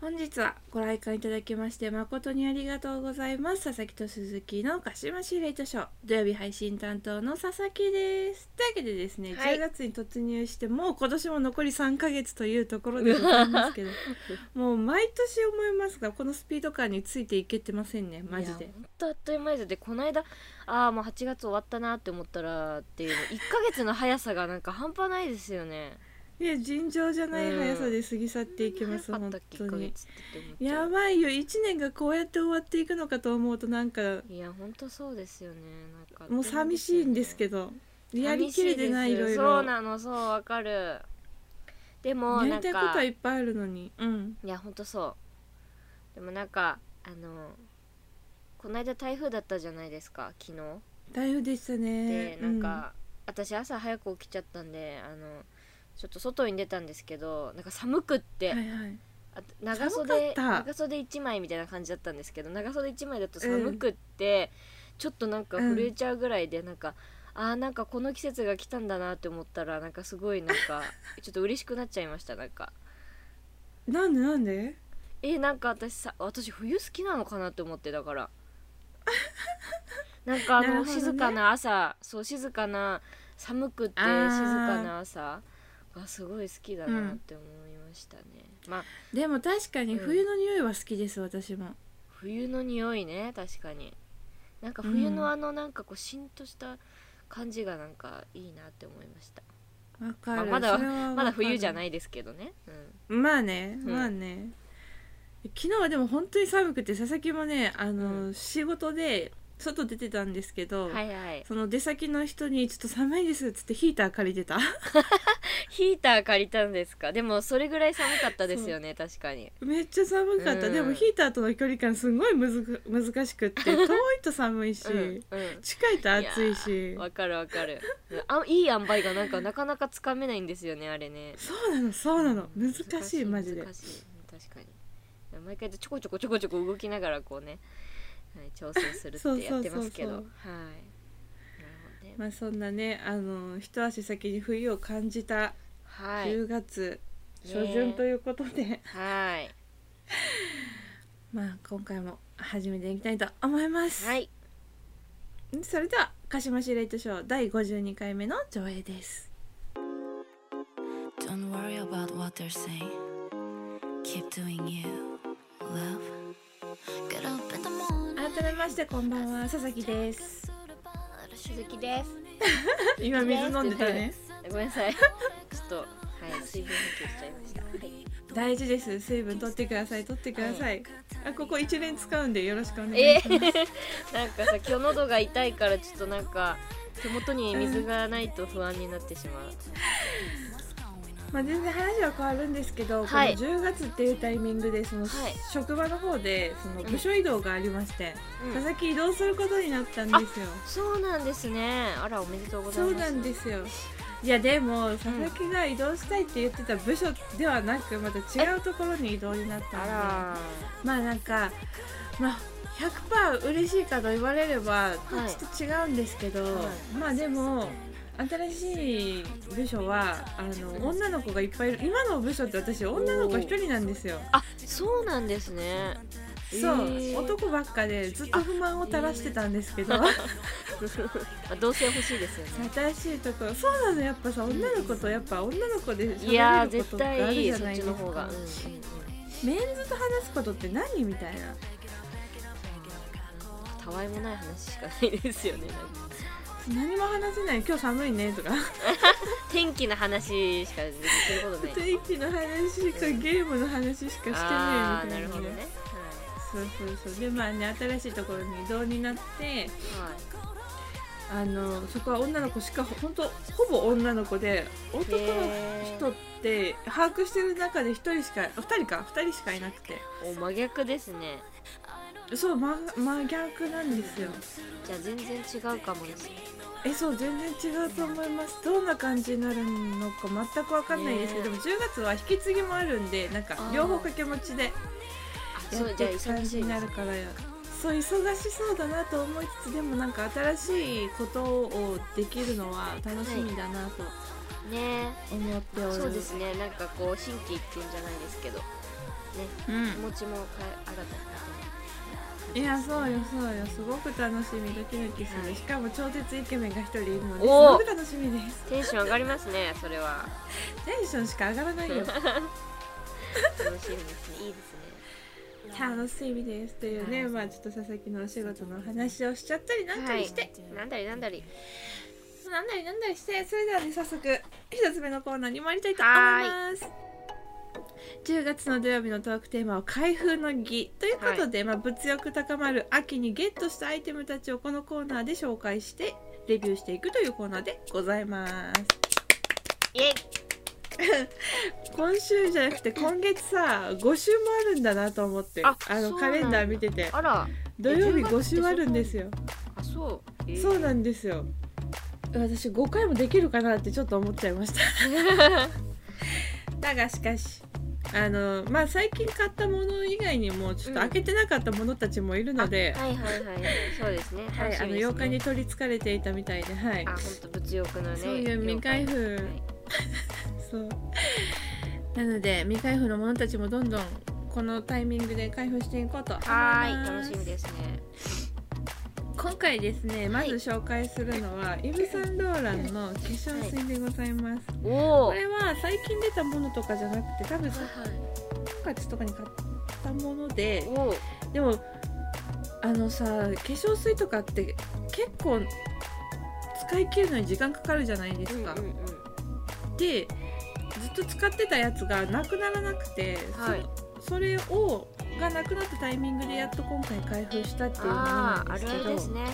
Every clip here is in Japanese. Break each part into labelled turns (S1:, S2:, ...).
S1: 本日はご来館いただきまして誠にありがとうございます佐々木と鈴木の鹿島市レイトショー土曜日配信担当の佐々木ですというわけでですね、
S2: はい
S1: 10月に突入してもう今年も残り3ヶ月というところでございます けどもう毎年思いますがこのスピード感についていけてませんねマジ
S2: い
S1: で
S2: やほんとあっという間ですよでこの間ああもう8月終わったなって思ったらっていう1ヶ月の速さがなんか半端ないですよね
S1: いや尋常じゃない速さで過ぎ去っていきます、
S2: 早かっ
S1: 本
S2: たっけ
S1: 当
S2: 1ヶ
S1: に
S2: 月ってって思っちゃ
S1: や
S2: う
S1: ばいよ1年がこうやって終わっていくのかと思うとなんか
S2: いやほんとそうですよねなんか
S1: もう寂しいんですけ
S2: ど
S1: どやりきれてないいろいろ
S2: そうなのそうわかるでも
S1: や
S2: な
S1: りた
S2: ん
S1: いこと
S2: か
S1: はい
S2: い
S1: っぱいあるのにうん
S2: やほんとそうでもなんかあのこの間台風だったじゃないですか昨日
S1: 台風でしたね
S2: でなんか、私朝早く起きちゃったんであのちょっと外に出たんですけどなんか寒くっ
S1: う
S2: て、
S1: んはいはい
S2: あと長
S1: 寒
S2: 袖
S1: かった
S2: 長袖1枚みたいな感じだったんですけど長袖1枚だと寒くって、ちょっとなんか震えちゃうぐらいで、なんかあーなんかこの季節が来たんだなって思ったらなんかすごいなんかちょっと嬉しくなっちゃいましたなんか
S1: なんでなんで
S2: えーなんか私さ私冬好きなのかなって思ってだから なんかあ
S1: な
S2: の、
S1: るほどね
S2: 静かな朝そう静かな寒くて
S1: あ
S2: 静
S1: ー
S2: かな朝がすごい好きだなって思いましたね、まあ
S1: でも確かに
S2: うん
S1: 冬の匂いは好きです私も
S2: 冬の匂いね確かになんか冬
S1: うん
S2: のあのなんかこうしんとした感じがなんかいいなって思いました、
S1: わかる、
S2: まあまだ
S1: それはわかる
S2: まだ冬じゃないですけどね、うん、
S1: まあね
S2: うん
S1: まあね、昨日はでも本当に寒くて佐々木もねあの、
S2: う
S1: 仕事で外出てたんですけど、
S2: はいはい
S1: その出先の人に「ちょっと寒いです」っつってヒーター借りてた
S2: ヒーター借りたんですかでもそれぐらい寒かったですよね確かに
S1: めっちゃ寒かった、
S2: うん
S1: でもヒーターとの距離感すごいむずく難しく って遠いと寒いし、
S2: うんうん
S1: 近いと暑いし
S2: やーわかるわかるあいい塩梅がなんかなかなかつかめないんですよねあれね
S1: そうなのそうなの難しいマジで
S2: 難しい確かに毎回ちょこちょこちょこちょこ動きながらこうね、はい、調整するっ
S1: そう
S2: て
S1: そうそ
S2: や
S1: うそう
S2: ってますけどはいなるほどね
S1: まあそんなねあの一足先に冬を感じた
S2: はい
S1: 10月
S2: ね
S1: 初旬ということで、
S2: はい
S1: まあ今回も始めていきたいと思います、
S2: はい
S1: それでは鹿島市レイトショー第52回目の上映です
S3: Don't worry about what they're saying. Keep doing you, love. Get up in the morning.
S1: 改めましてこんばんは佐々木です
S2: 鈴木です
S1: 今水飲んでたね
S2: ごめんなさいちょっとはい水分補給しちゃいましたはい
S1: 大事です水分取ってください取ってください、あここ一連使うんでよろしくお願い
S2: え
S1: します、
S2: ーなんかさ今日喉が痛いからちょっとなんか手元に水がないと不安になってしまう、
S1: まあ、全然話は変わるんですけど、
S2: はい
S1: この10月っていうタイミングでその、
S2: はい
S1: 職場の方でその
S2: ん
S1: 部署移動がありまして、
S2: うん
S1: 佐々木移動することになったんですよ
S2: そうなんですねあらおめでとうござい
S1: そう
S2: ます
S1: なんですよいやでも佐々木が移動したいって言ってた部署ではなくまた違うところに移動になったので
S2: あ
S1: まあなんかまあ100%嬉しいかと言われれば、
S2: い
S1: ちょっと違うんですけど、
S2: い
S1: まあでも新しい部署はあの女の子がいっぱいいる今の部署って私女の子1人なんですよ
S2: らあそうなんですね
S1: そう、
S2: へー
S1: 男ばっかでずっと不満を垂らしてたんですけど、
S2: あ同棲欲し いですよね
S1: 新しいところそうなのやっぱさ女の子とやっぱ女の子で
S2: いや
S1: 喋ること
S2: ー絶
S1: ってあ
S2: 対
S1: る
S2: い
S1: じ
S2: い
S1: ゃ
S2: そ
S1: な
S2: っ
S1: い
S2: ち
S1: です
S2: の方が
S1: か
S2: うんうんうん
S1: メンズと話すことって何みたいな
S2: たわいもない話しかないですよねなんか
S1: 何も話せない今日寒いねとか
S2: 天気の話しかできることない
S1: 天気の話かゲームの話しかしてねえみ
S2: ああ
S1: た
S2: ないる
S1: な
S2: ほどね
S1: そうそうそうでまあね新しいところに移動になって
S2: はい、はい
S1: あのそこは女の子しかほんとほぼ女の子で男の人って把握してる中で1人しか2人か2人しかいなくて
S2: お真逆ですね
S1: そう真真逆なんですよ
S2: じゃあ全然違うかもですね
S1: えそう全然違うと思いますどんな感じになるのか全く分かんないですけど、で
S2: ね
S1: も10月は引き継ぎもあるんでなんか
S2: あー
S1: 両方掛け持ちでや
S2: あそう
S1: っ
S2: じ
S1: て
S2: ゃあ
S1: いく感
S2: 忙し
S1: じ
S2: い
S1: に
S2: で
S1: な
S2: す
S1: るからそう忙しそうだなと思いつつでもなんか新しいことをできるのは楽しみだなと
S2: ね
S1: 思っておる、
S2: そうですねなんかこう心機一転じゃないですけど気持ちもかえ新たになって
S1: いやそうよそうよすごく楽しみドキドキするしかも超絶イケメンが一人いるのです
S2: おー
S1: ごく楽しみです
S2: テンション上がりますねそれは
S1: テンションしか上がらないよ
S2: 楽しみですねいいですね
S1: 楽しみですというねまあちょっと佐々木のお仕事のお話をしちゃったりなんかりして、
S2: なんだりなんだり
S1: なんだりなんだりしてそれではね早速一つ目のコーナーに参りたいと思います10月の土曜日のトークテーマは開封の儀ということで、まあ、物欲高まる秋にゲットしたアイテムたちをこのコーナーで紹介してレビューしていくというコーナーでございます
S2: イエイ
S1: 今週じゃなくて今月さ5週もあるんだなと思ってあ
S2: あ
S1: の
S2: そう
S1: カ
S2: なんだ
S1: レンダー見てて
S2: あら
S1: 土曜日5週あるんですよ
S2: あそう、えー
S1: そうなんですよ私5回もできるかなってちょっと思っちゃいましただがしかしあのまあ最近買ったもの以外にもちょっと開けてなかったものたちもいるので、
S2: はいはいはいはいそうですね
S1: はいあの
S2: 洋
S1: 8日に取りつかれていたみたいではい
S2: あ本当物欲のね
S1: そういう未開封
S2: 妖怪
S1: そうなので未開封のものたちもどんどんこのタイミングで開封していこうと思いま
S2: はいはーい
S1: す
S2: 楽しみですね
S1: 今回ですねまず紹介するのは、イヴ・サンローランの化粧水でございます、
S2: おお
S1: こ
S2: はい
S1: れは最近出たものとかじゃなくて多分3月とかに買ったもので
S2: おお
S1: でもあのさ化粧水とかって結構使い切るのに時間かかるじゃないですか、
S2: うんうんうん
S1: でずっと使ってたやつがなくならなくて、
S2: はい
S1: そそれをがなくなったタイミングでやっと今回開封したっていうものな
S2: あ
S1: ん
S2: ああ
S1: です
S2: る
S1: け
S2: あ
S1: ど
S2: るですね、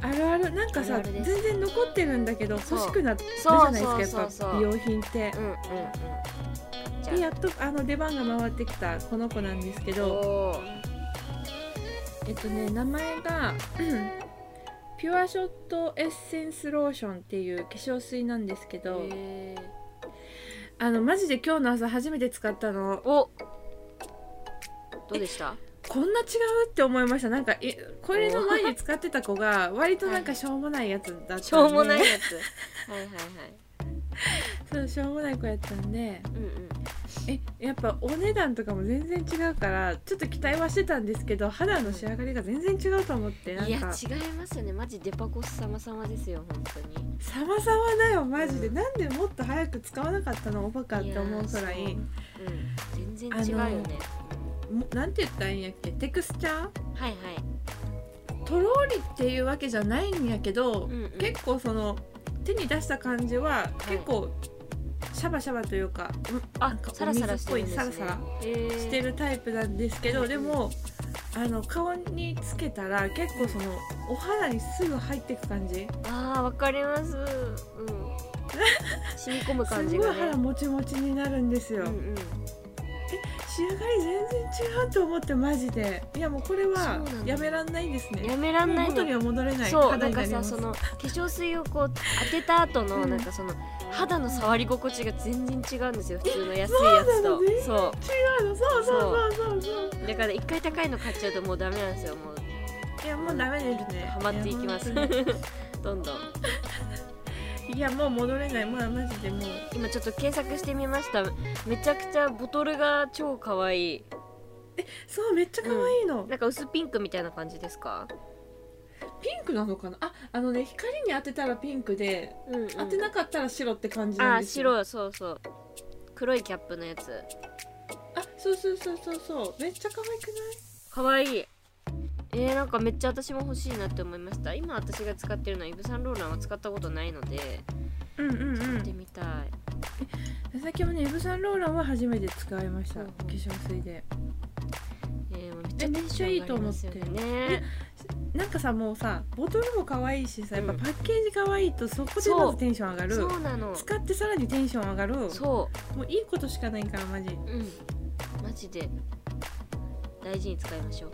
S1: あるあるなんか
S2: あ
S1: さ
S2: るあるです
S1: 全然残ってるんだけど
S2: そう
S1: 欲しくなるじゃないですかやっ
S2: そうそう
S1: ぱ
S2: そうそう
S1: 美容品って
S2: う。ん、うんうんうん
S1: でやっとあの出番が回ってきたこの子なんですけど
S2: おー
S1: えっとね名前が うんピュアショットエッセンスローションっていう化粧水なんですけど
S2: へー
S1: あのマジで今日の朝初めて使ったの
S2: おどうでした
S1: こんな違うって思いましたなんかいこれの前に使ってた子が割となんかしょうもないやつだったんで
S2: しょうもないやつ はいはいはい
S1: そうしょうもない子やったんで
S2: うんうん
S1: えやっぱお値段とかも全然違うからちょっと期待はしてたんですけど肌の仕上がりが全然違うと思ってなん
S2: いや違い
S1: か
S2: ますよねマジデパコス様様ですよ本当に
S1: 様々だよマジで、
S2: うん
S1: なんでもっと早く使わなかったのおバカって思うくら
S2: いや
S1: い
S2: ーうん全然違うよね
S1: もなんて言ったらいいんやっけテクスチャー
S2: はいはい
S1: とろーりっていうわけじゃないんやけど、
S2: うんうん
S1: 結構その手に出した感じは結構シャバシャバというか、
S2: あ
S1: なんか
S2: サラサラしてるんですね
S1: お水っぽいサラサラ
S2: へー
S1: してるタイプなんですけどでもあの顔につけたら結構そのお肌にすぐ入ってく感じ
S2: あーわかりま すうん染み込む感
S1: す
S2: じ
S1: ご
S2: が
S1: い肌
S2: ね
S1: もちもちになるんですよ、
S2: うんうん
S1: 仕上がり全然違うと思ってマジでいやもうこれは
S2: そうなんだ
S1: やめらんないですね
S2: やめらんない
S1: もう元に
S2: の
S1: は戻れない
S2: そう
S1: 肌
S2: なん
S1: にな
S2: か
S1: りま
S2: さ
S1: す
S2: その化粧水をこう当てた後の
S1: うん
S2: なんかその肌の触り心地が全然違うんですよ普通の安いやつと
S1: そうなのね
S2: そう
S1: 違うのそうそうそうそうそう
S2: だから一回高いの買っちゃうともうダメなんですよもう
S1: いやもうダメですね
S2: ハマっていきます
S1: いや本
S2: どんどん
S1: 当にいやもう戻れないもうマジでもう
S2: 今ちょっと検索してみましためちゃくちゃボトルが超可愛い
S1: そうめっちゃ可愛いの、
S2: なんか薄ピンクみたいな感じですか、
S1: ピンクなのかなああのね光に当てたらピンクで
S2: うんうん、
S1: 当てなかったら白って感じ
S2: あ
S1: なん
S2: ー
S1: ですよ
S2: 白そうそう黒いキャップのやつ
S1: あそうそうそうそうそうめっちゃ可愛くない
S2: 可愛いえー、なんかめっちゃ私も欲しいなって思いました今私が使ってるのはイブ・サンローランは使ったことないので
S1: うんうんう
S2: 使っ
S1: ん
S2: てみたい、
S1: 佐々木もねイブ・サンローランは初めて使いました
S2: うん
S1: 化
S2: うん
S1: 粧水で
S2: えーめっち
S1: え
S2: ゃテ
S1: め
S2: ン
S1: っ
S2: シ
S1: ち
S2: ョ
S1: ゃ
S2: ン
S1: い
S2: 上
S1: い
S2: が
S1: と
S2: り
S1: 思っ
S2: ます
S1: て
S2: よね
S1: なんかさもうさボトルも可愛いしさやっぱ
S2: うん
S1: パッケージ可愛いとそこでまずテンション上がる
S2: そうなの
S1: 使ってさらにテンション上がる
S2: そ
S1: もういいことしかないからマジ
S2: ううんマジで大事に使いましょう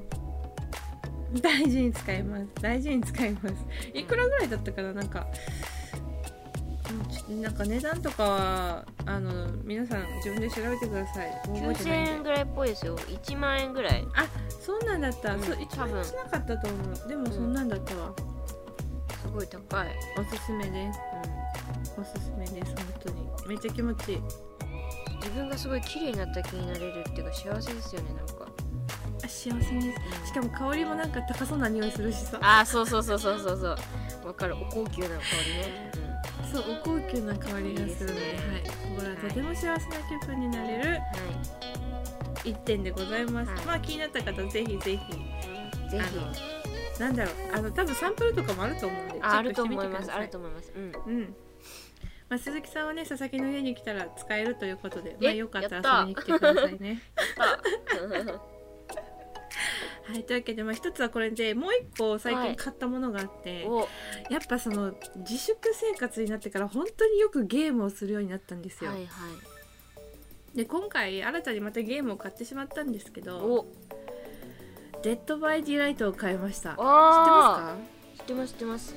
S1: 大事に使います大事に使いますいくらぐらいだったかななんかうんちょっとなんか値段とかはあの皆さん自分で調べてくださいもう覚えて
S2: 9000
S1: ない
S2: 円
S1: んで
S2: ぐらいっぽいですよ1万円ぐらい
S1: そうなんだった、
S2: うん
S1: そう一
S2: 多
S1: 番
S2: 分
S1: しなかったと思うでもそんなんだったわ、
S2: すごい高い、
S1: おすすめです
S2: う
S1: おすすめです本当にめっちゃ気持ちいい
S2: ん、自分がすごい綺麗になった気になれるっていうか幸せですよねなんか
S1: あ幸せにしかも香りもなんか高そうな匂いするしさ
S2: ああそうそうそうそうそうそうわかるお高級な香りね、
S1: そうお高級な香りがするので
S2: いいです
S1: はいこれはとても幸せな気分になれる
S2: う
S1: 一点でございます、
S2: はい
S1: まあ気になった方ぜひぜひ
S2: んはい
S1: あ
S2: ぜ
S1: の
S2: ひ
S1: なんだろうあの多分サンプルとかもあると思うんで
S2: ああ
S1: チェッ
S2: る
S1: ク
S2: と
S1: してみ
S2: 思
S1: て
S2: い
S1: く
S2: ま
S1: だ
S2: す
S1: さ
S2: あると思います うん
S1: うんまあ、鈴木さんはね佐々木の家に来たら使えるということで、
S2: え
S1: まあ、よかった
S2: や
S1: ら
S2: った
S1: 遊びに来てくださいね。
S2: あ
S1: はい、というわけで、まあ、一つはこれでもう一個最
S2: は
S1: 近
S2: い
S1: 買ったものがあって、
S2: お
S1: やっぱその自粛生活になってから本当によくゲームをするようになったんですよ。
S2: はいはい
S1: で今回新たにまたゲームを買ってしまったんですけど
S2: お
S1: 「デッド・バイ・ディライト」を買いました。知って
S2: あ
S1: ま
S2: ー知ってます知ってます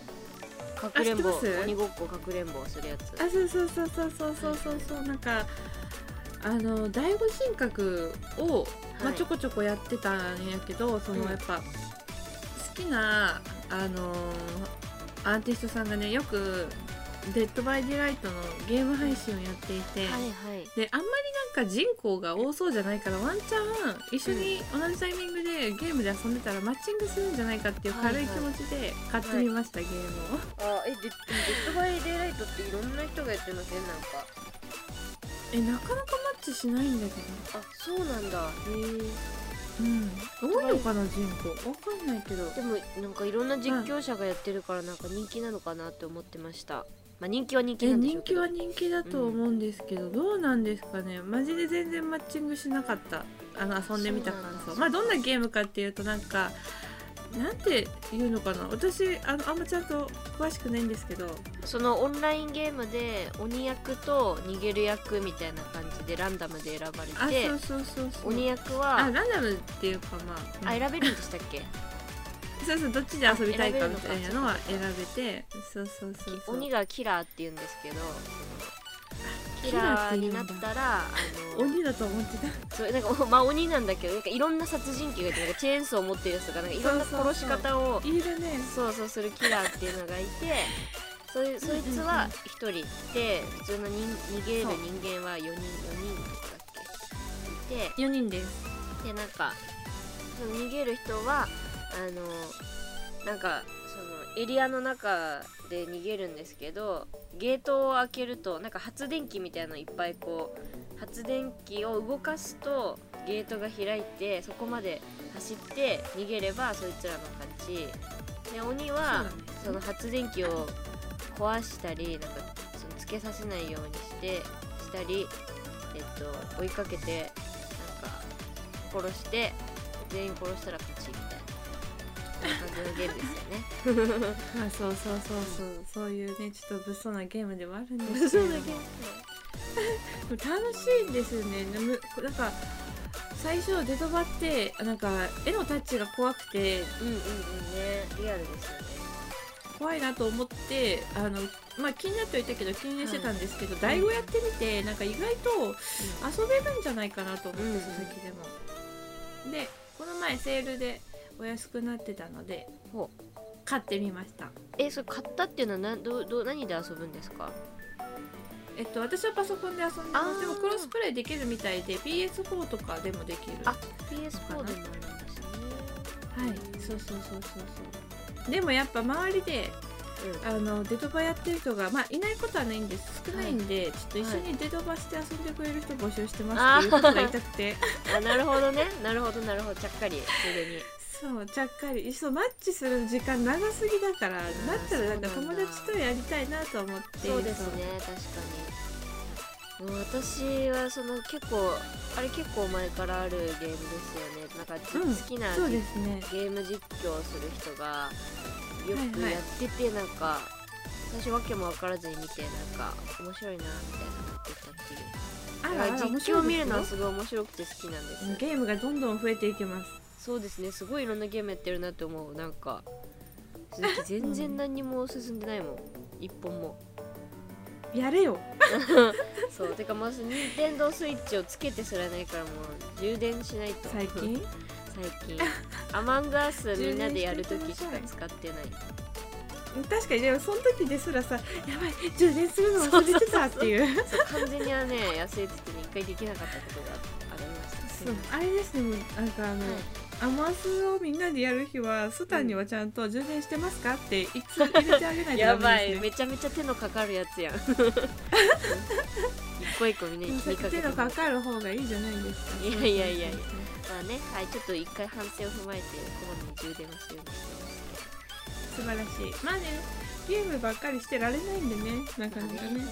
S2: か
S1: あ
S2: くれんぼ
S1: 知ってます
S2: 鬼ごっこかくれんぼするやつ
S1: すかあそうそうそうそうそうそうそうそうなんかあの第五人格を、まあ、
S2: はい
S1: ちょこちょこやってたんやけど、その
S2: うん
S1: やっぱ好きなあのアーティストさんがねよく「デッド・バイ・ディライト」のゲーム配信をやっていて。
S2: はいはい
S1: であんまりなんか人口が多そうじゃないからワンチャン一緒に同じタイミングでゲームで遊んでたらマッチングするんじゃないかっていう軽い気持ちで買ってみました、ゲームを。
S2: あえデッデッドバイデイライトっていろんな人がやってませんなんか
S1: えなかなかマッチしないんだけ
S2: あそうなんだへ
S1: ど、うん、多いのかな人口わかんないけど
S2: えでもなんかいろんな実況者がやってるからなんか人気なのかなって思ってましたまあ人気は人気
S1: え
S2: なんでし
S1: 人
S2: ょうけ
S1: 気
S2: ど
S1: は人気だと思うんですけど、どうなんですかねマジで全然マッチングしなかったあの遊んでみた感
S2: そ
S1: 想
S2: うなんだ
S1: まあどんなゲームかっていうとなんかなんていうのかな私あのあんまちゃんと詳しくないんですけど
S2: そのオンラインゲームで鬼役と逃げる役みたいな感じでランダムで選ばれ
S1: あ
S2: て
S1: そうそうそうそう
S2: 鬼役
S1: あ
S2: は
S1: ランダムっていうかまあ,うん、
S2: あ選べるんでしたっけ
S1: そうそうどっちで遊びたいか
S2: あ
S1: みたいなのは選べてそうそうそうそう
S2: 鬼がキラーって言うんですけどキ
S1: キラー
S2: ラ
S1: って
S2: ー
S1: 言
S2: に
S1: う
S2: なんっ
S1: だ
S2: たらあの
S1: 鬼だと思ってた
S2: そうなん かまあ鬼なんだけどなんかいろんな殺人鬼がいてなんかチェーンソーを持ってるやつとかなんかいろんな殺し方を
S1: いるね
S2: そうそうするキラーっていうのがいてそれそいつは1人いて普通の人逃げる
S1: そう
S2: 人間は4人4人とかだっけいて
S1: 4人です
S2: でなんかその逃げる人はあのなんかそのエリアの中で逃げるんですけどゲートを開けるとなんか発電機みたいなのいっぱいこう発電機を動かすとゲートが開いてそこまで走って逃げればそいつらの勝ちで鬼はその発電機を壊したりなんかそのつけさせないようにしてしたり、えっと、追いかけてなんか殺して全員殺したら勝ちみたいなそんな感じのゲームですよね。
S1: まあそうそうそうそうそういうねちょっと物騒なゲームではあるんですけれど
S2: そう
S1: も
S2: だけど
S1: 楽しいんですよねでむなんか最初出とばってなんか絵のタッチが怖くて
S2: うんうんうんねリアルですよね。
S1: 怖いなと思ってあの、まあ、気になってはいたけど気にしてたんですけど、第5やってみてなんか意外と遊べるんじゃないかなと思って、
S2: うん
S1: 佐々木でも。でこの前セールでお安くなってたので
S2: ほ
S1: 買ってみました。
S2: えそれ買ったっていうのはなどうどう何で遊ぶんですか
S1: えっと、私はパソコンで遊んでま
S2: あ
S1: す
S2: ー
S1: でもクロスプレイできるみたいで PS4 とかでもできる
S2: あ PS4 でもあるんですね。
S1: はい、そうそうそうそうそう。でもやっぱ周りであのデトバやってる人がまあいないことはないんです少ないんで、ちょっと一緒にデトバして遊んでくれる人募集してますっていうことが言いたくて
S2: うん、あなるほどねなるほどなるほどちゃっかりついでに。
S1: そうちゃっかりそうマッチする時間長すぎだからだったらなんか
S2: そう
S1: 友
S2: なんだ
S1: 達とやりたいなと思って
S2: そうですね確かにもう私はその結構あれ結構前からあるゲームですよねなんかじ、
S1: うん
S2: 好きな
S1: そうそう
S2: ゲ
S1: ですね
S2: ーム実況をする人がよ
S1: はい
S2: く
S1: はい
S2: やってて、なんか最初わけも分からずに見てなんか面白いなみたいななってったっていう
S1: あ
S2: だから実況を見るのはすごい面白くて好きなんです、
S1: ゲームがどんどん増えていきます
S2: そうですねすごいいろんなゲームやってるなって思うなんか鈴木全然何も進んでないもん一本も
S1: やれよ
S2: そうてかまず任天堂スイッチをつけてすらないからもう充電しないと
S1: 最近
S2: 最近アマンガースみんなでやるときし
S1: 充電してくださ
S2: か
S1: い
S2: 使ってない
S1: 確かにでもその時ですらさやばい充電するの忘れてたっていう
S2: そう完全にはね野生つってね一回できなかったことがありましたすい
S1: そう
S2: ません
S1: あれですねもうなんかあの、アマスをみんなでやる日はスタンにはちゃんと充電してますかっていつ入れてあげな
S2: はいい
S1: と
S2: や
S1: ダ
S2: ば
S1: メ
S2: い
S1: ですね
S2: めちゃめちゃ手のかかるや つやん一個一個みんなに気にかけ
S1: 手
S2: て
S1: のか
S2: ま
S1: かる方がいいじゃないですか
S2: いやいやいやいやあねはいちょっと一回反省を踏まえてこまめに充電をしてるようにしてますけど
S1: 素晴らしいまあねゲームばっかりしてられないんでねなかなか
S2: 確か
S1: ね
S2: にいいですね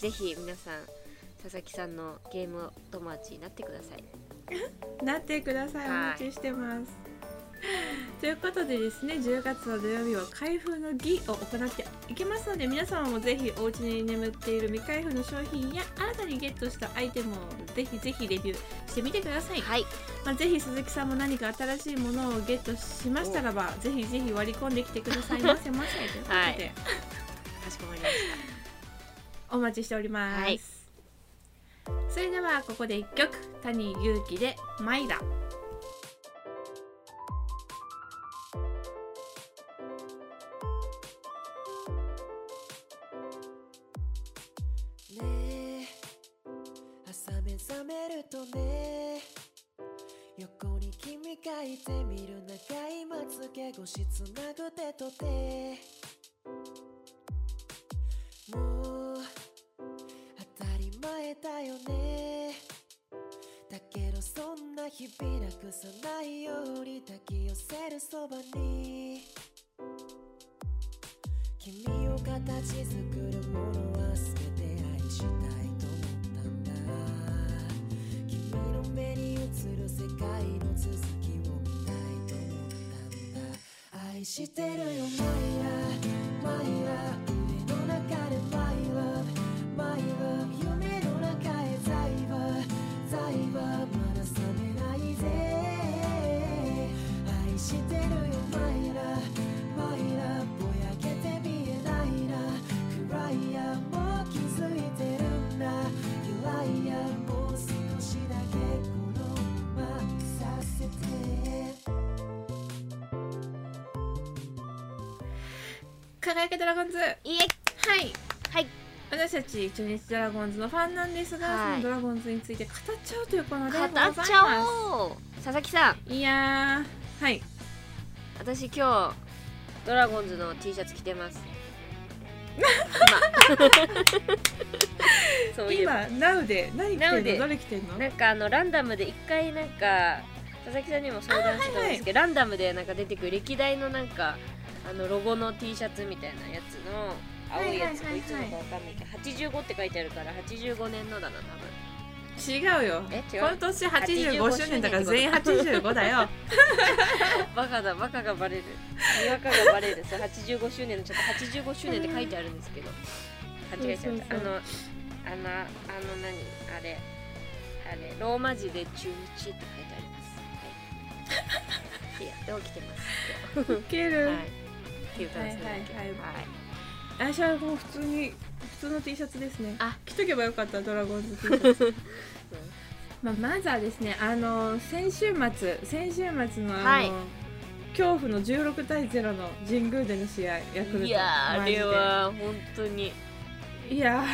S2: ぜひ皆さん佐々木さんのゲーム友達になってください
S1: なってくださいお
S2: はい
S1: 待ちしてます ということでですね10月の土曜日は開封の儀を行っていきますので皆様もぜひお家に眠っている未開封の商品や新たにゲットしたアイテムをぜひぜひレビューしてみてください、
S2: はい
S1: まあ、ぜひ鈴木さんも何か新しいものをゲットしましたらばぜひぜひ割り込んできてくださいませませということで、
S2: はいかしこまりまし
S1: お待ちしております、
S2: はい
S1: それではここで一曲谷祐希で「マイラ」
S4: ねえ朝目覚めるとね横に君がいて見る長いまつげ越しつなぐ手と手もう当たり前だよねだけどそんな日々なくさないように抱き寄せるそばに君を形作るものは全て愛したいと思ったんだ君の目に映る世界の続きを見たいと思ったんだ愛してるよマイラマイラ腕の中でマイラマイラ夢の中へザイバザイバまだ覚めないぜ愛してるよマイラマイラぼやけて見えないな暗いやもう気づいてるんだ嫌いやもう少しだけこのままさせて
S1: 輝けドラゴンズはい
S2: たいえはい
S1: 私たち中日ドラゴンズのファンなんですが、
S2: はい
S1: そのドラゴンズについて語っちゃうというこの例もござい
S2: 語
S1: ま
S2: っ
S1: す
S2: ちゃおう佐々木さん
S1: いやーはい
S2: 私今日ドラゴンズの T シャツ着 てます今そういえば
S1: 今 Now で何着て
S2: Now
S1: んの
S2: で
S1: どれ着てんの
S2: なんかあのランダムで一回なんか佐々木さんにも相談したんですけど、ランダムでなんか出てくる歴代のなんかあのロゴの T シャツみたいなやつの青いやつ
S1: は
S2: も
S1: いはいはいはい
S2: いつのかわかんないけど85って書いてあるから85年のだな多
S1: 違うよ
S2: え違う
S1: 今年85周年だから全員85だ よ
S2: 分バカだバカがバレるにわかがバレるそう85周年のちょっと85周年って書いてあるんですけど間違えちゃっ
S1: そ
S2: た
S1: うそう
S2: あ
S1: そ
S2: のあのあの何あれあれローマ字で中日って書いてあります はいいやで起きてます
S1: ウケる、
S2: はい。っていう感じなんだけど。
S1: は
S2: はい
S1: は
S2: い
S1: い私はもう普通に普通の T シャツですね
S2: あ
S1: 着とけばよかったドラゴンズ T シャ ツ、まあ、まずはですねあの先週末先週末のあの、
S2: はい
S1: 恐怖の16対0の神宮での試合ヤクルト
S2: いやーあ
S1: マジで
S2: れは本当に
S1: いや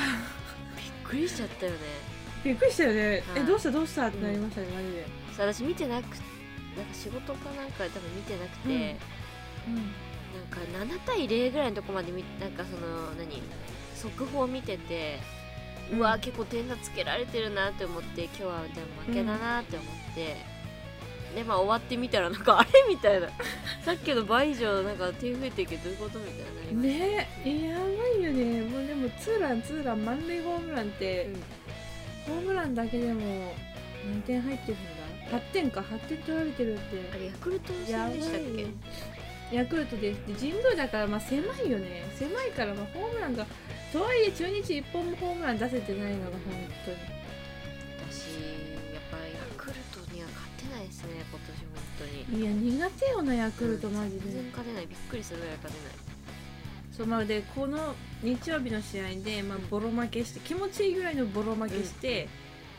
S2: びっくりしちゃったよね。
S1: ーびっくりしたよね、
S2: はい
S1: えどうしたどうしたってなりましたねマジで、
S2: そう私見てなくなんか仕事かなんかで多分見てなくて、
S1: うん
S2: なんか7対0ぐらいのとこまで見なんかその何速報見てて。うわー結構点がつけられてるなって思って今日はでも負けだなって思って、でまあ終わってみたらなんかあ れみたいなさっきの倍以上なんか点増えてるけどどういうことみたいになりました
S1: ねえやばいよねもうでもツーランツーラン満塁ホームランって、
S2: うん
S1: ホームランだけでも何点入ってるんだ8点か8点取られてるっ
S2: あ
S1: て
S2: れヤクルト
S1: やばい
S2: 戦で
S1: よ
S2: したっけ
S1: ヤクルトですで神宮だからまあ狭いよね狭いからまあホームランがとはいえ中日1本もホームラン出せてないのが本当に
S2: 私やっぱヤクルトには勝てないですね今年本当に
S1: いや苦手よなヤクルトマジで、
S2: 全然勝てないびっくりするぐらい勝てない
S1: そうまあでこの日曜日の試合で、まあ、ボロ負けして気持ちいいぐらいのボロ負けして、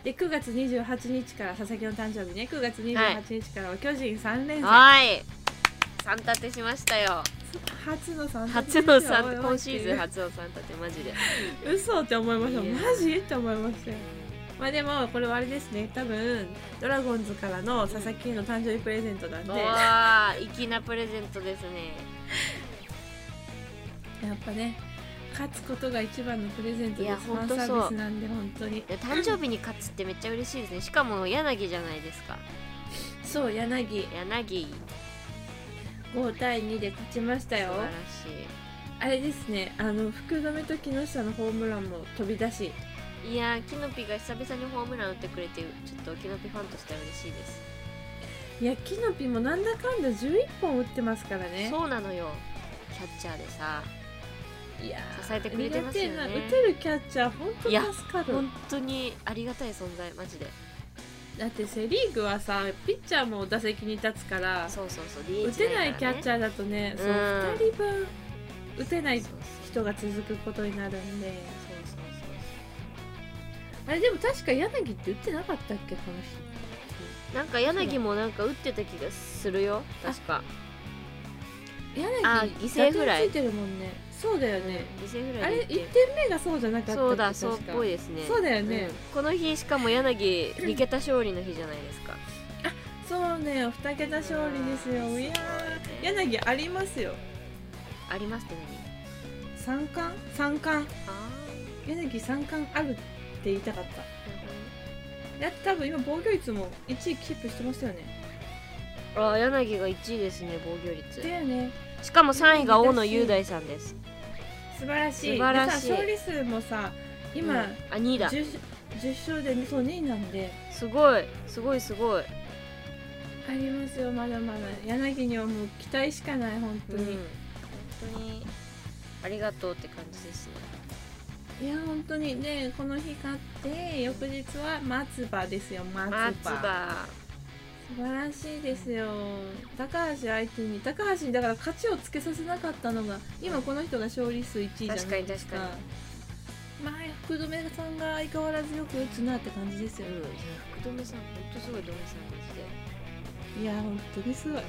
S1: で9月28日から佐々木の誕生日ね9月28日からは巨人3連戦、
S2: はい三立てしましたよ
S1: 初のさん
S2: 初の三
S1: おいおい
S2: 今シーズン初の三立てマジで
S1: 嘘って思いました
S2: いや
S1: マジって思いましたよまあでもこれはあれですね多分ドラゴンズからの佐々木の誕生日プレゼントなんで
S2: う
S1: や
S2: わー粋なプレゼントですね
S1: っぱね勝つことが一番のプレゼント
S2: い
S1: で
S2: や
S1: すファ
S2: ほ
S1: ン
S2: んと
S1: サ
S2: そう
S1: ービスなんで本当に
S2: で誕生日に勝つってめっちゃ嬉しいですねしかも柳じゃないですか
S1: そう柳
S2: 柳
S1: 5対2で勝ちましたよ
S2: 素晴らし
S1: あれですねあの福留と木下のホームランも飛び出し
S2: いいやーキノピが久々にホームラン打ってくれてちょっとキノピファンとしては嬉しいです、
S1: いやキノピもなんだかんだ11本打ってますからね
S2: そうなのよキャッチャーでさ
S1: いやー
S2: 支えてくれてますよね
S1: ありがてえな打てるキャッチャー本当
S2: いや
S1: 助かる
S2: 本当にありがたい存在マジで
S1: だってセ・リーグはさピッチャーも打席に立つから
S2: そうそうそう
S1: 打てないキャッチ
S2: ャー
S1: ャーだとね、そう
S2: うん
S1: 2人分打てない
S2: そうそう
S1: 人が続くことになるんで
S2: そうそうそう
S1: あれでも確か柳って打ってなかったっけこの人
S2: なんか柳もなんか打ってた気がするよ確か
S1: 柳
S2: あ犠牲フライ
S1: 打点ついてるもんねそうだよね、
S2: うん犠牲フ
S1: あ
S2: ライ
S1: れ
S2: で
S1: 1
S2: っ
S1: 点目がそうじゃなかったっ
S2: て
S1: け
S2: そうだ
S1: 確
S2: そう
S1: か
S2: っぽいですね
S1: そうだよね
S2: うんこの日しかも柳2桁勝利の日じゃないですか
S1: そうね2桁勝利ですよ
S2: うん
S1: いや
S2: すごい
S1: ー
S2: ね
S1: 柳ありますよ
S2: ありますって何
S1: 三冠三冠
S2: あ
S1: 柳三冠あるって言いたかった
S2: ーなるほどね
S1: だって多分今防御率も1位キープしてましたよね
S2: あー柳が1位ですね防御率
S1: だよね
S2: しかも3位が大野雄大さんです
S1: 素晴らしい
S2: 素晴らしい
S1: でさ勝利数もさ今、
S2: うんあ2位だ
S1: 10, 10勝でそう2位なんです
S2: ごいすごいすごい、
S1: ありますよまだまだ柳にはもう期待しかない本当
S2: うん、
S1: に
S2: 本、当にありがとうって感じですね
S1: いや本当にねこの日勝って翌日は松葉ですよ松葉
S2: 松葉
S1: 素晴らしいですよ高橋相手に高橋にだから勝ちをつけさせなかったのが今この人が勝利数1位じゃないですか
S2: 確か
S1: 前福留さんが相変わらずよく打つなって感じです
S2: うん
S1: よ、
S2: いや福留さん本当すごい留めさんマジで
S1: いや本当にすごい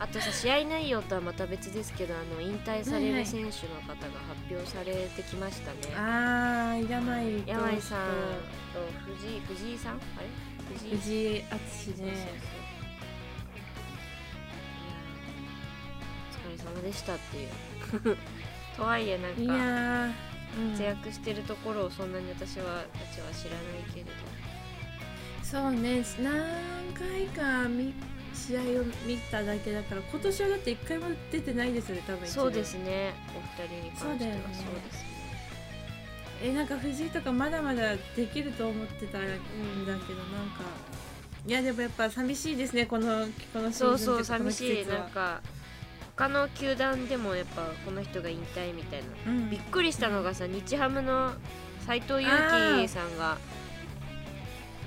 S2: あとさ試合内容とはまた別ですけどあの引退され
S1: はいは
S2: る
S1: い
S2: 選手の方が発表されてきましたね、
S1: あー山井
S2: 山井さんと藤井藤井さんあれ藤井
S1: 藤井
S2: そうそうそういや
S1: 敦
S2: ーお
S1: ね
S2: 疲れ様でしたっていう とはいえなん
S1: い
S2: か
S1: や
S2: 活
S1: ー、うん、
S2: 躍してるところをそんなに私はたちは知らないけれど
S1: そうね何回か見試合を見ただけだから今年はだって1回も出てないですよね多分一度
S2: そうですねお二人に関して
S1: そ
S2: はそうう
S1: だよね
S2: ですね
S1: えなんか藤井とかまだまだできると思ってたんだけどなんかいやでもやっぱ寂しいですねこのこのシ
S2: そ
S1: ー
S2: う
S1: ズン
S2: そ
S1: って
S2: う
S1: いかこの
S2: 寂
S1: 季
S2: しい
S1: 節は
S2: なんか他の球団でもやっぱこの人が引退みたいな
S1: うん
S2: びっくりしたのがさ日ハムの斎藤佑樹さんが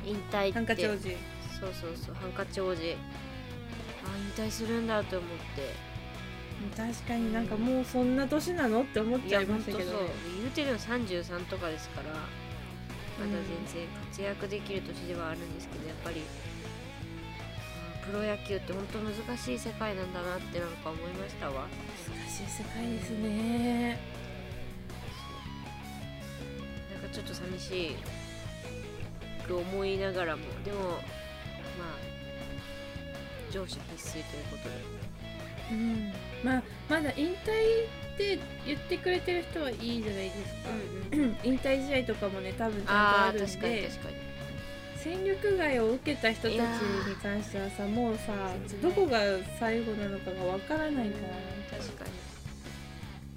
S2: 引退って
S1: ハンカチ王子
S2: そうそうそうハンカチ王子あ引退するんだと思っ
S1: 確かになんかもうそんな年なのって思ってちゃいましたけど
S2: ほんとそう言うてでも33とかですからまだ全然活躍できる年ではあるんですけどやっぱりうんプロ野球って本当難しい世界なんだなってなんか思いましたわ
S1: 難しい世界ですね
S2: なんかちょっと寂しいと思いながらもでもまあ上司必須ということで
S1: うんまあまだ引退って言ってくれてる人はいいじゃないですか、引退試合とかもね多分ちゃんと
S2: あ
S1: あ
S2: あ
S1: るんで
S2: 確かに確かに
S1: 戦力外を受けた人たちに関してはさもうさ
S2: 切な
S1: ど
S2: い
S1: こが最後なのかがわからないから
S2: 確かに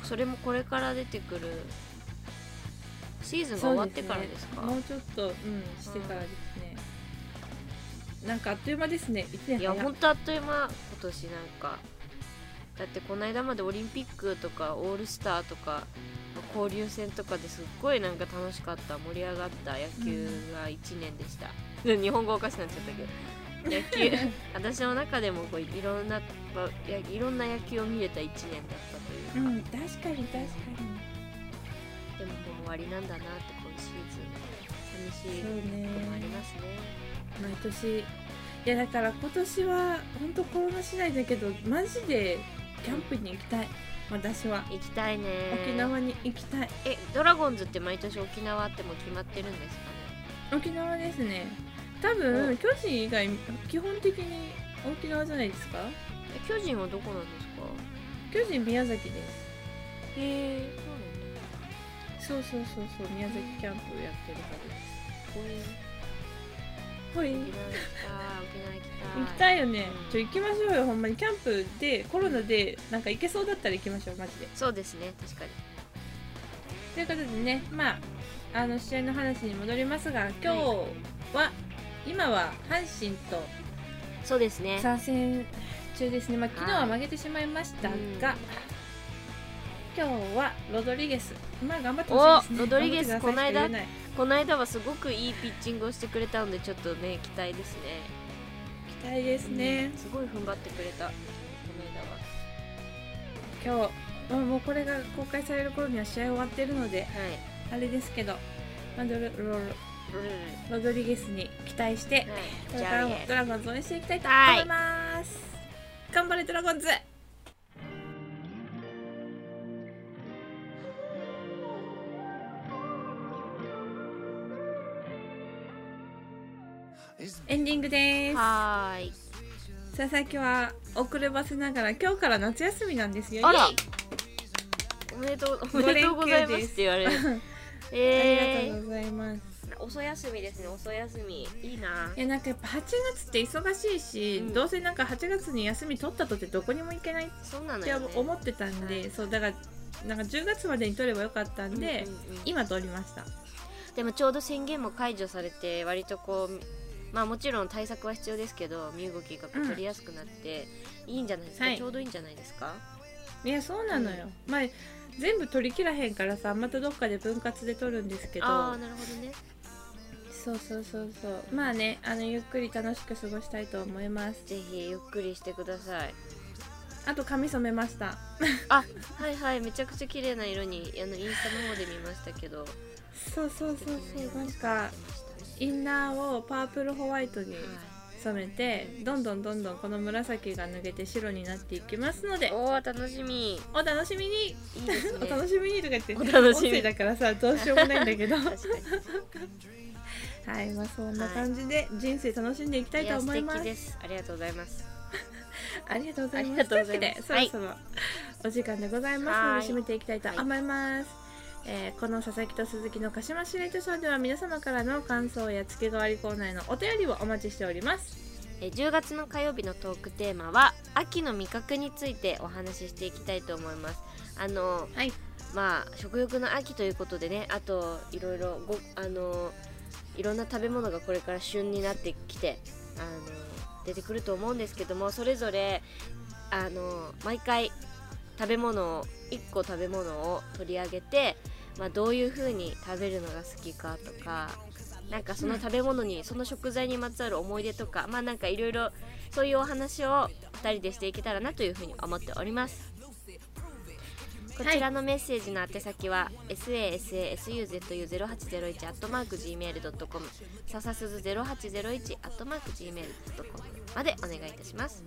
S2: それもこれから出てくるシーズンが終わってからです
S1: そ
S2: か
S1: うねもうちょっと、うん、してからですねなんかあっという間ですね1年
S2: いや
S1: 早
S2: ほんとあっという間今年なんかだってこの間までオリンピックとかオールスターとか交流戦とかですっごいなんか楽しかった盛り上がった野球が1年でした、日本語おかしくなっちゃった けど野球私の中でもこういろんな、まあやいろんな野球を見れた1年だったといううか、
S1: ん確かに確かに
S2: でももう終わりなんだなって今シーズン寂しい
S1: そうね
S2: こともありますね
S1: 毎年いやだから今年は本当コロナ次第だけどマジでキャンプに行きたい私は
S2: 行きたいね
S1: 沖縄に行きたい
S2: えドラゴンズって毎年沖縄ってもう決まってるんですかね
S1: 沖縄ですね多
S2: う
S1: 分
S2: ん
S1: 巨人以外基本的に沖縄じゃないですか
S2: え巨人はどこなんですか
S1: 巨人宮崎で
S2: へえそうなんだ
S1: すそうそうそうそう宮崎キャンプやってるからです
S2: こういう
S1: ほい
S2: 沖縄行きたい
S1: 行
S2: 沖縄行
S1: き
S2: きたい
S1: たいよね
S2: うん
S1: ちょ行きましょうよほんまにキャンプでコロナでなんか行けそうだったら行きましょうマジで
S2: そうですね確かに
S1: ということでねまああの試合の話に戻りますが今日は今は阪神と
S2: そうですね
S1: 参戦中ですね、まあ、昨日は負けてしまいましたが、
S2: うん
S1: 今日はロドリゲス、まあ、頑張ってほしいですね
S2: おロドリゲス
S1: 頑張ってくださいしか言えない
S2: この間はすごくいいピッチングをしてくれたのでちょっとね期待ですね
S1: 期待ですね
S2: う、んすごい踏ん張ってくれたこの
S1: 今日、まあ、もうこれが公開される頃には試合終わってるので
S2: 間ははい
S1: あれですけど、まあ、ドロロロ
S2: ルルル
S1: ロドリゲスに期待して
S2: ルはい
S1: こ
S2: じ
S1: れか
S2: ゃあ
S1: らも
S2: ね
S1: ドラゴンズ応援していきたいと思います、頑張れドラゴンズエンディングです
S2: はーい
S1: さあさあ今日は遅ればせながら今日から夏休みなんですよ
S2: あら
S1: イエイ
S2: おめでとうおめでとうございますって言われる
S1: あり
S2: え
S1: がとうございます
S2: ー、遅休みですね遅休みいいない
S1: やなんかやっぱ8月って忙しいし、
S2: うん
S1: どうせなんか8月に休み取ったとってどこにも行けないっ
S2: そうなの
S1: て
S2: よ、ね、
S1: 思ってたんで、
S2: はい
S1: そうだからなんか10月までに取ればよかったんで、
S2: うんうんうん
S1: 今取りました
S2: でもちょうど宣言も解除されて割とこうまあもちろん対策は必要ですけど身動きがこう取りやすくなって、いいんじゃないですか、
S1: はい
S2: ちょうどいいんじゃないですか
S1: いやそうなのよ、まあ全部取り切らへんからさまたどっかで分割で取るんですけど
S2: ああなるほどね
S1: そうそうそうそうまあねあのゆっくり楽しく過ごしたいと思います
S2: ぜひゆっくりしてください
S1: あと髪染めました
S2: あはいはいめちゃくちゃ綺麗な色にあのインスタの方で見ましたけど
S1: そうそうそうそうなんかインナーをパープルホワイトに
S2: は
S1: 染めてどんどんどんどんこの紫が抜けて白になっていきますの
S2: い
S1: で
S2: おお楽しみいい
S1: お楽しみに
S2: です
S1: お
S2: ね
S1: 楽しみにとか言って
S2: お楽しみ
S1: 音声だからさどうしようもないんだ けどは
S2: 確かに
S1: いまあそんな感じで人生楽しんでいきたいと思いま
S2: や素敵
S1: す
S2: ですありがとうございます
S1: ありがとうございます。
S2: ありがとうござい
S1: というわけ
S2: ます
S1: でそろそろお時間でございま
S2: はい
S1: すので締めていきたいと思います。えーこの佐々木と鈴木の鹿島シレイトショーでは皆様からの感想や月替わりコーナーへのお便りをお待ちしております。
S2: えー10月の火曜日のトークテーマは秋の味覚についてお話ししていきたいと思いますあの
S1: はい。
S2: まあ食欲の秋ということでねあといろいろごあのいろんな食べ物がこれから旬になってきてあの出てくると思うんですけどもそれぞれあの毎回食べ物を1個食べ物を取り上げて、まあ、どういう風に食べるのが好きかとかなんかその食べ物に、その食材にまつわる思い出とかまあなんかいろいろそういうお話を2人でしていけたらなというふうに思っておりますこちらのメッセージの宛先は、sasasuzu0801-gmail.com ささすず 0801-gmail.com までお願いいたします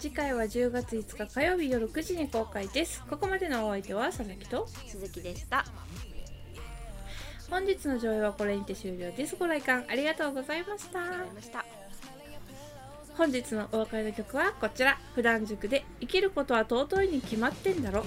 S1: 次回は10月5日火曜日夜9時に公開です。ここまでのお相手は佐々木と
S2: 鈴木でした
S1: 本日の上映はこれにて終了です。ご来館ありがとうございました。
S2: ありました
S1: 本日のお別れの曲はこちら。普段塾で生きることは尊いに決まってんだろ。